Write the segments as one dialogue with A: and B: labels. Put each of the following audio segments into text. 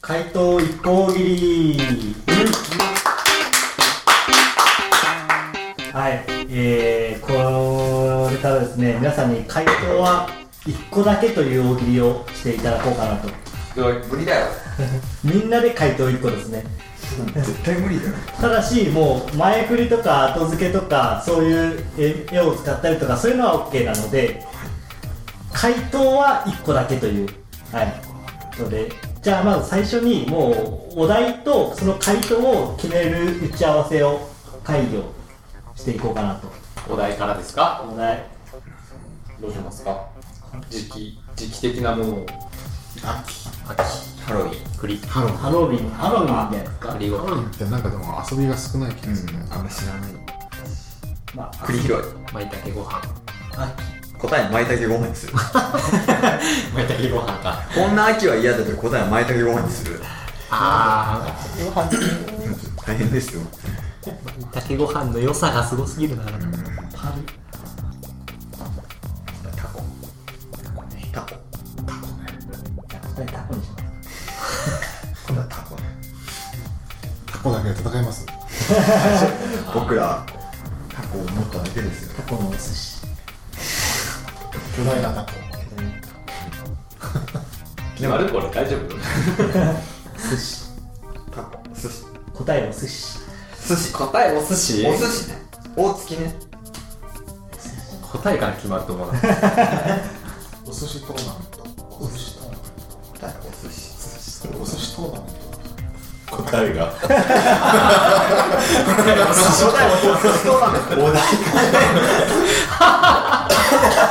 A: 回答一個切り、はい、えー、これからですね皆さんに回答は一個だけという大喜利をしていただこうかなと
B: でも無理だよ
A: みんなで回答一個ですね
C: 絶対無理だよ
A: ただしもう前振りとか後付けとかそういうえ絵を使ったりとかそういうのは OK なので回答は1個だけというはいのでじゃあまず最初にもうお題とその回答を決める打ち合わせを会議をしていこうかなと
B: お題からですか
A: お題
B: どうしますか時期時期的なものを
D: 秋
B: 秋
C: ハロウィン
B: 栗
D: ハロウィン
A: ハロウィンハロウィンじゃないですか
B: 栗
D: ハロウィンってなんかでも遊びが少ない気がするね、
C: あんま知らない
A: まあ
C: 栗拾い
B: まいたけご飯
C: 答え舞茸ご飯にする
B: まいたけご飯か
C: こんな秋は嫌だと答え舞茸ご飯にする
B: あ
C: 大変ですよ
B: まいたけご飯の良さがすごすぎるな
A: パル
C: タコタコ
A: 答えタコにします
C: 今度はタコね
D: タコだけで戦います
C: 僕らタコを持っただけですよ
A: タコのお寿司
D: 巨大なタコ
B: でもあれこれ大丈夫
A: 寿司
C: タコ寿司
A: 答えの寿司
C: 寿司
B: 答えお寿司
C: お寿司ね大月ね
B: 答えから決まると思うな
D: お寿司トーナメントお寿司トーナメン
C: 答えお寿司
D: トお寿司トーナメント
E: 答えが
C: 答えお寿司そうなんですお題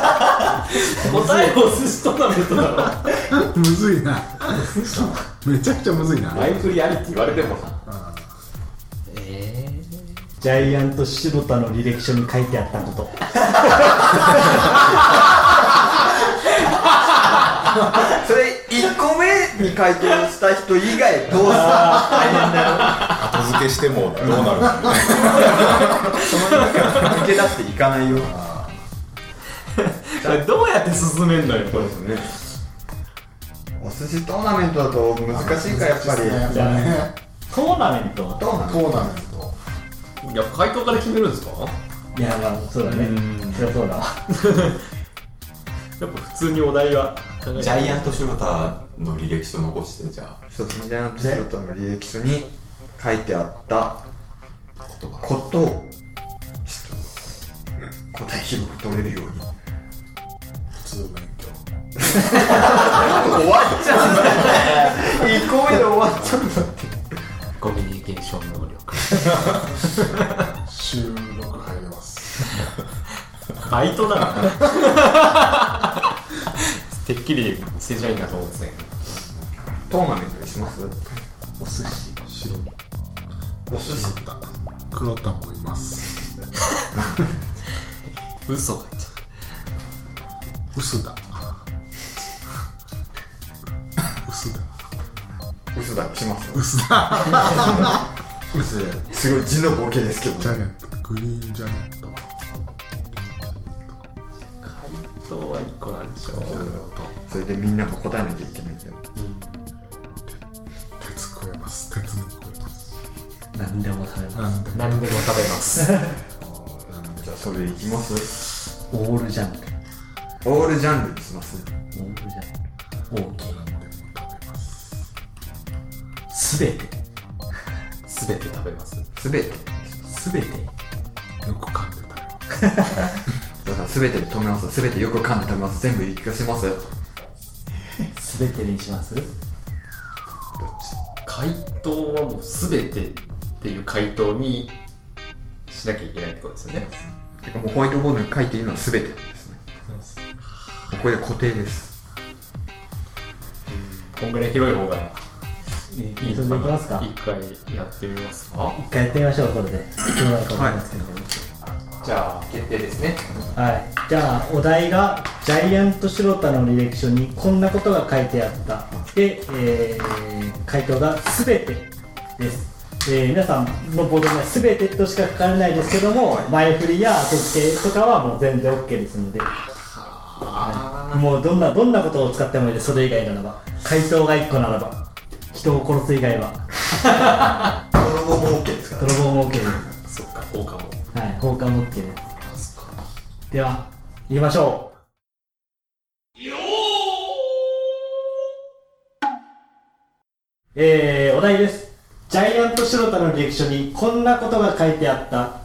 B: 答えお寿司トーナメントだろ
D: むずいなめちゃくちゃむずいな
B: 前振りありって言われてもなええ
A: ジャイアント白田の履歴書に書いてあったこと
C: それ1個目に回答した人以外どうした
E: 後付けしてもどうなるか
C: その中から抜け出していかないような
B: これどうやって進めんのよこれ
C: お寿司トーナメントだと難しいからやっぱり
D: 難しいですねやっぱね
A: トーナメント
C: トーナメン
D: トーナメント
B: いや回答から決めるんですか
A: いやまあそうだね
B: うん
A: そりゃそうだわ
B: やっぱ普通にお題は考えて
E: ジャイアントシロタの履歴書残してじゃあ
C: トジャイアントシロタの履歴書に書いてあった
E: 言葉
C: ことをちょっと答え広く取れるように
D: 普通免許
C: 終わっちゃうんだよ1個目で終わっちゃうんだ
B: コミュニケーション能力
D: 収録入れます
B: バイトだな てっきり正社員だと思ってたけ
C: トーナメントにします
A: お寿司
D: 白
C: お寿司
D: 黒田もいます
B: ど嘘が言っちゃ
D: 薄田 薄田
C: 嘘だします
D: 薄田
C: 嘘すごい字のボケですけど
D: ジャネットグリーンジャネット
B: う今日は1個なんでしょ
C: それでみんなが答えなきゃいけないんだよ
D: 鉄食えます鉄も食えます
B: 何でも食べま
D: 何ですも
B: 何でも食べます
C: じゃあそれいきます
A: オールジャンル
C: オールジャンルにします
A: オールジャンル大きい
D: 何でも食べます
A: すべて
B: すべて食べます
C: すべて
A: すべて
D: よく噛んで食べます
C: だからすべてで止めますすべてよく噛んで食べます全部言い聞かせます
A: すべてにします
B: 回答はもうすべてっていう回答にしなきゃいけないってことですよね
C: てかもうホワイトボードに書いているのはすべてですねもうこれで固定です
B: こんぐらい広い方が
A: え
B: いい
A: それでいきますか
B: 一回やってみますか
A: 一回やってみましょうこれでいつもなるか思いますけど
B: じゃあ決定ですね
A: はいじゃあお題がジャイアントシロタの履歴書にこんなことが書いてあったで、えー回答がすべてですえー皆さんのボードにはすべてとしか書かれないですけども前振りや後付けとかはもう全然 OK ですのでもうどんなどんなことを使ってもいいですそれ以外ならば回答が1個ならば人を殺す以外は
D: 泥棒も OK ですから
A: 泥棒も OK です
B: そっか放課も
A: はい放課も OK ですでは言いましょうえー、お題ですジャイアントシロタの履歴書にこんなことが書いてあった、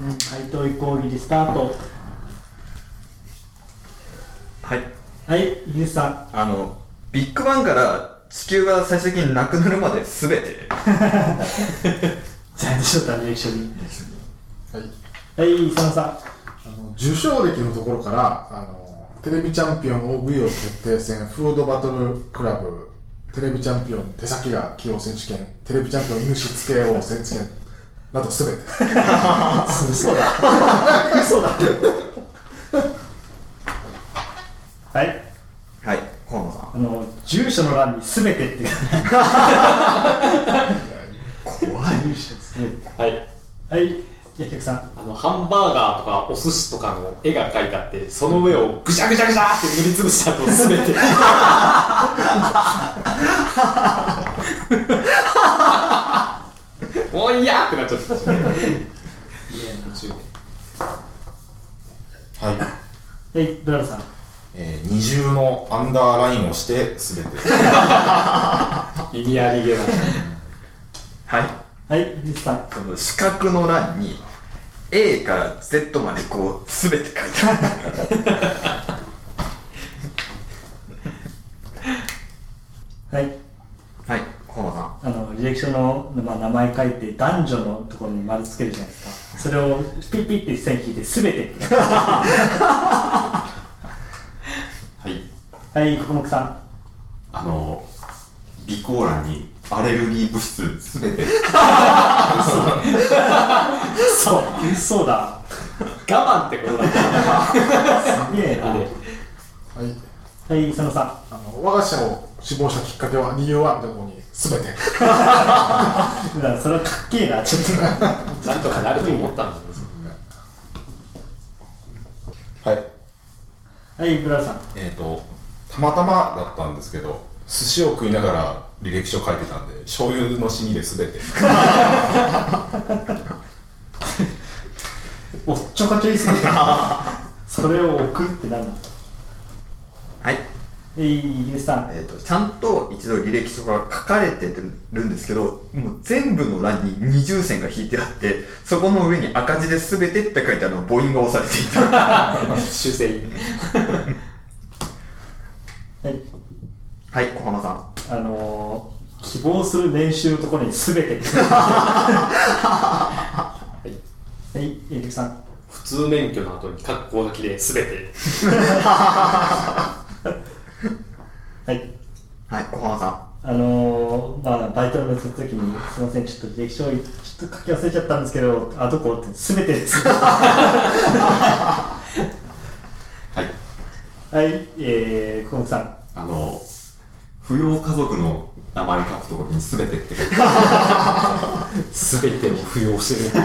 A: うん、回答移行切りスタート
C: はい
A: はいイギリスさん
C: あのビッグバンから地球が最終的になくなるまで全て
A: ジャイアントシロタの履歴書に
D: はい
A: はい佐野さ
D: あの受賞歴のところからあのテレビチャンピオン OB を決定戦フードバトルクラブテレビチャンピオン手先が器用選手権テレビチャンピオン犬しつけ王選手権などすべて
A: ん嘘だ嘘だはい
C: はい河野さん
A: あの住所の欄に「すべて」っていう
C: 怖い
B: はい
A: はいじゃあ客さん
B: あのハンバーガーとかお寿司とかの絵が描いてあってその上をぐしゃぐしゃぐしゃって塗りつぶしたと全てもういいやってなっちゃったいや途中で
E: はい。
A: はいブラウンさん
E: えー、二重のアンダーラインをして、すべて。
B: 意味ありげな
C: はい
A: はいリスさん
C: その四角の欄に A から Z までこう全て書いてある
A: はい
C: はい河野さん
A: あの履歴書の、まあ、名前書いて男女のところに丸つけるじゃないですかそれをピッピッて線引いて「すべて」って
E: はい。
A: はい国木さん
E: あの、備考欄にアレルギー物質すべて。
A: 嘘嘘だ
B: 我慢ってことだった
A: すげえな
B: の
A: は
B: で
D: はい
A: い佐野さん
D: あの我が社を志望したきっかけは理由はみたいなところにすべ
A: う
D: て
A: わそれはかっけえなちょっと
B: なんとかなると思ったんですよ
E: はい。
A: はいブラウンさん
E: えっ、と、たまたまだったんですけど、寿司を食いながら履歴書書いてたんで、醤油の死にですべて。
A: おっちょこちょいすぎるそれを置くってなんだ
C: はい
A: はいイギリスさん
C: えー、とちゃんと一度履歴書が書かれてるんですけどもう全部の欄に二重線が引いてあってそこの上に赤字で全てって書いてあるの母音が押されていた
B: 修正員
A: はい
C: はい小浜さん
A: あのー、希望する年収のところにすべて。はい。はい、えりさん。
B: 普通免許の後に格好書きで全て
A: はい。
C: はい小浜さん
A: あのー、まあ、バイトの面接の時に、すみません、ちょっと履歴書を、ちょっと書き忘れちゃったんですけど、あ、どこって、すべてです。は
E: はい。
A: い、えー、小本さん。
E: あの、扶養家族の名前書くところにすべてって書いて
B: 全てを扶養してる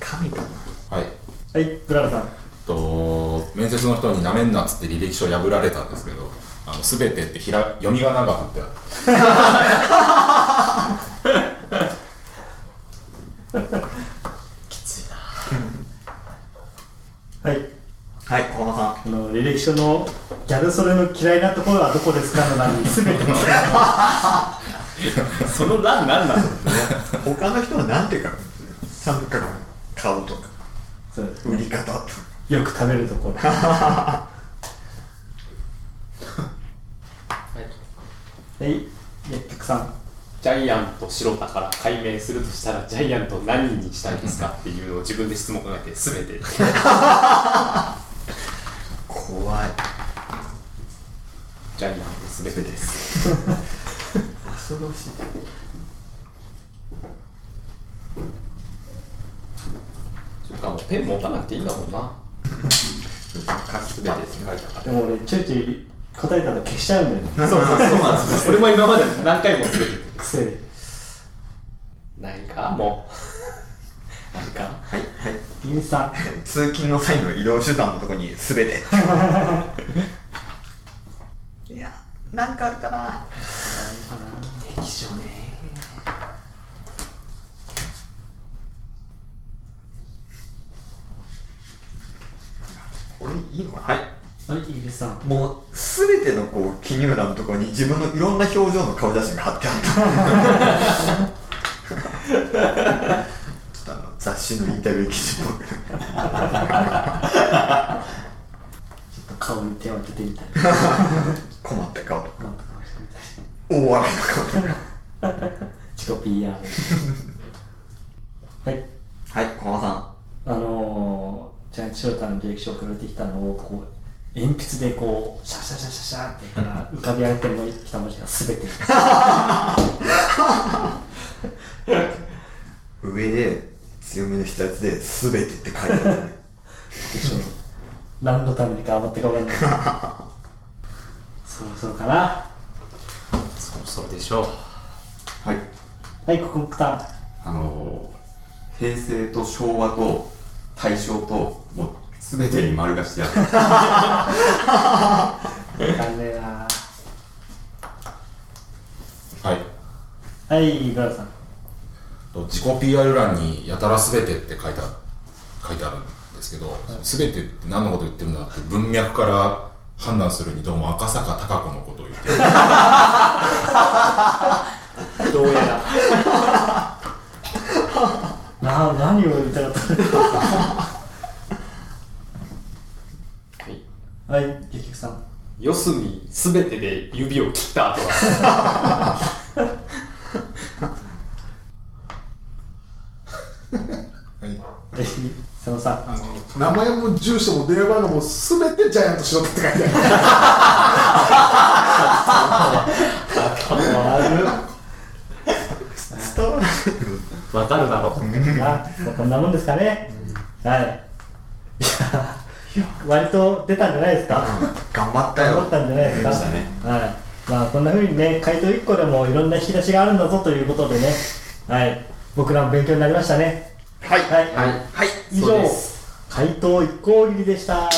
C: 神だ
E: はい。
A: はい、ブララさん。
E: と、面接の人になめんなっつって履歴書破られたんですけど、あの、すべてってひら読みがなが振ってあって、
A: はい。
C: はい小浜さ
A: あの、履歴書のギャルそれの嫌いなところはどこですかの欄に、すべて。は
B: その欄なんなの
C: ん他の人は何て書くんですか三角顔とか
A: そうです
C: 売り方とか
A: よく食べるところ。はい、薬局さん。
B: ジャイアント白田から解明するとしたらジャイアント何にしたいですかっていうのを自分で質問を考えて全て
C: 怖い
B: ジャイアント全てです
C: 恐ろしい
B: そっかもうペン持たなくていいんだもんな全てです書いてあっ
A: でも俺、ちょいちょい答えたら消しちゃうんだよね。
B: たそうそうそうな んですよ俺も今まで何回も全て
A: 癖で。
B: ないかもうないか
C: はいはい
A: インさん。
C: 通勤の際の移動手段のとこに全ていやなんかあるかな
B: 歴史ね
C: 俺いいのはい
A: はい、イギリスさん。
C: もう全てのこう記入欄のところに自分のいろんな表情の顔写真が貼ってあったちょっとあの雑誌のインタビュー記事っぽく
A: 顔に手を当ててみたい。
C: 困った顔とか
A: なんとかしてみたい。
C: 大笑いの顔とか
A: 自己 PR。はい。
C: はい小浜さ
A: あのー、ジャイアントシロタの履歴書を送られてきたのを、こう、鉛筆でこう、シャシャシャシャシャってやったら、浮かび上がってもきた文字が全て。
C: ん上で強めの筆圧で全てって書いてある
A: 何のために頑張ってか分かんないそろそろかな
B: そろそろでしょう
E: はい
A: はいここターン
E: あの平成と昭和と大正ともう全てに丸がしてある
A: わかんねえな
E: はい
A: はいブラウさん
E: と自己 PR 欄にやたら全てって書いてある書いてあるんですけど、全てって何のこと言ってるんだって文脈から判断するにどうも赤坂貴子のことを言ってる
B: どうやら
A: な何を言いたかったの
B: はい
A: はい結局さん
B: 四隅すべてで指を切った後は
D: はい
A: はい佐野さん
D: あの名前も住所も電話番号も全てジャイアントしろって書いてある
C: 伝わら
B: わかるだろう
A: あこんなもんですかねはいいや割と出たんじゃないですか
C: 頑張ったよ
A: 思ったんじゃないですか、
C: 出ましたね
A: はいまあ、こんなふうにね回答1個でもいろんな引き出しがあるんだぞということでね、はい、僕らも勉強になりましたね
C: はい
A: はい
C: はい
A: 以上回答1個大喜利でした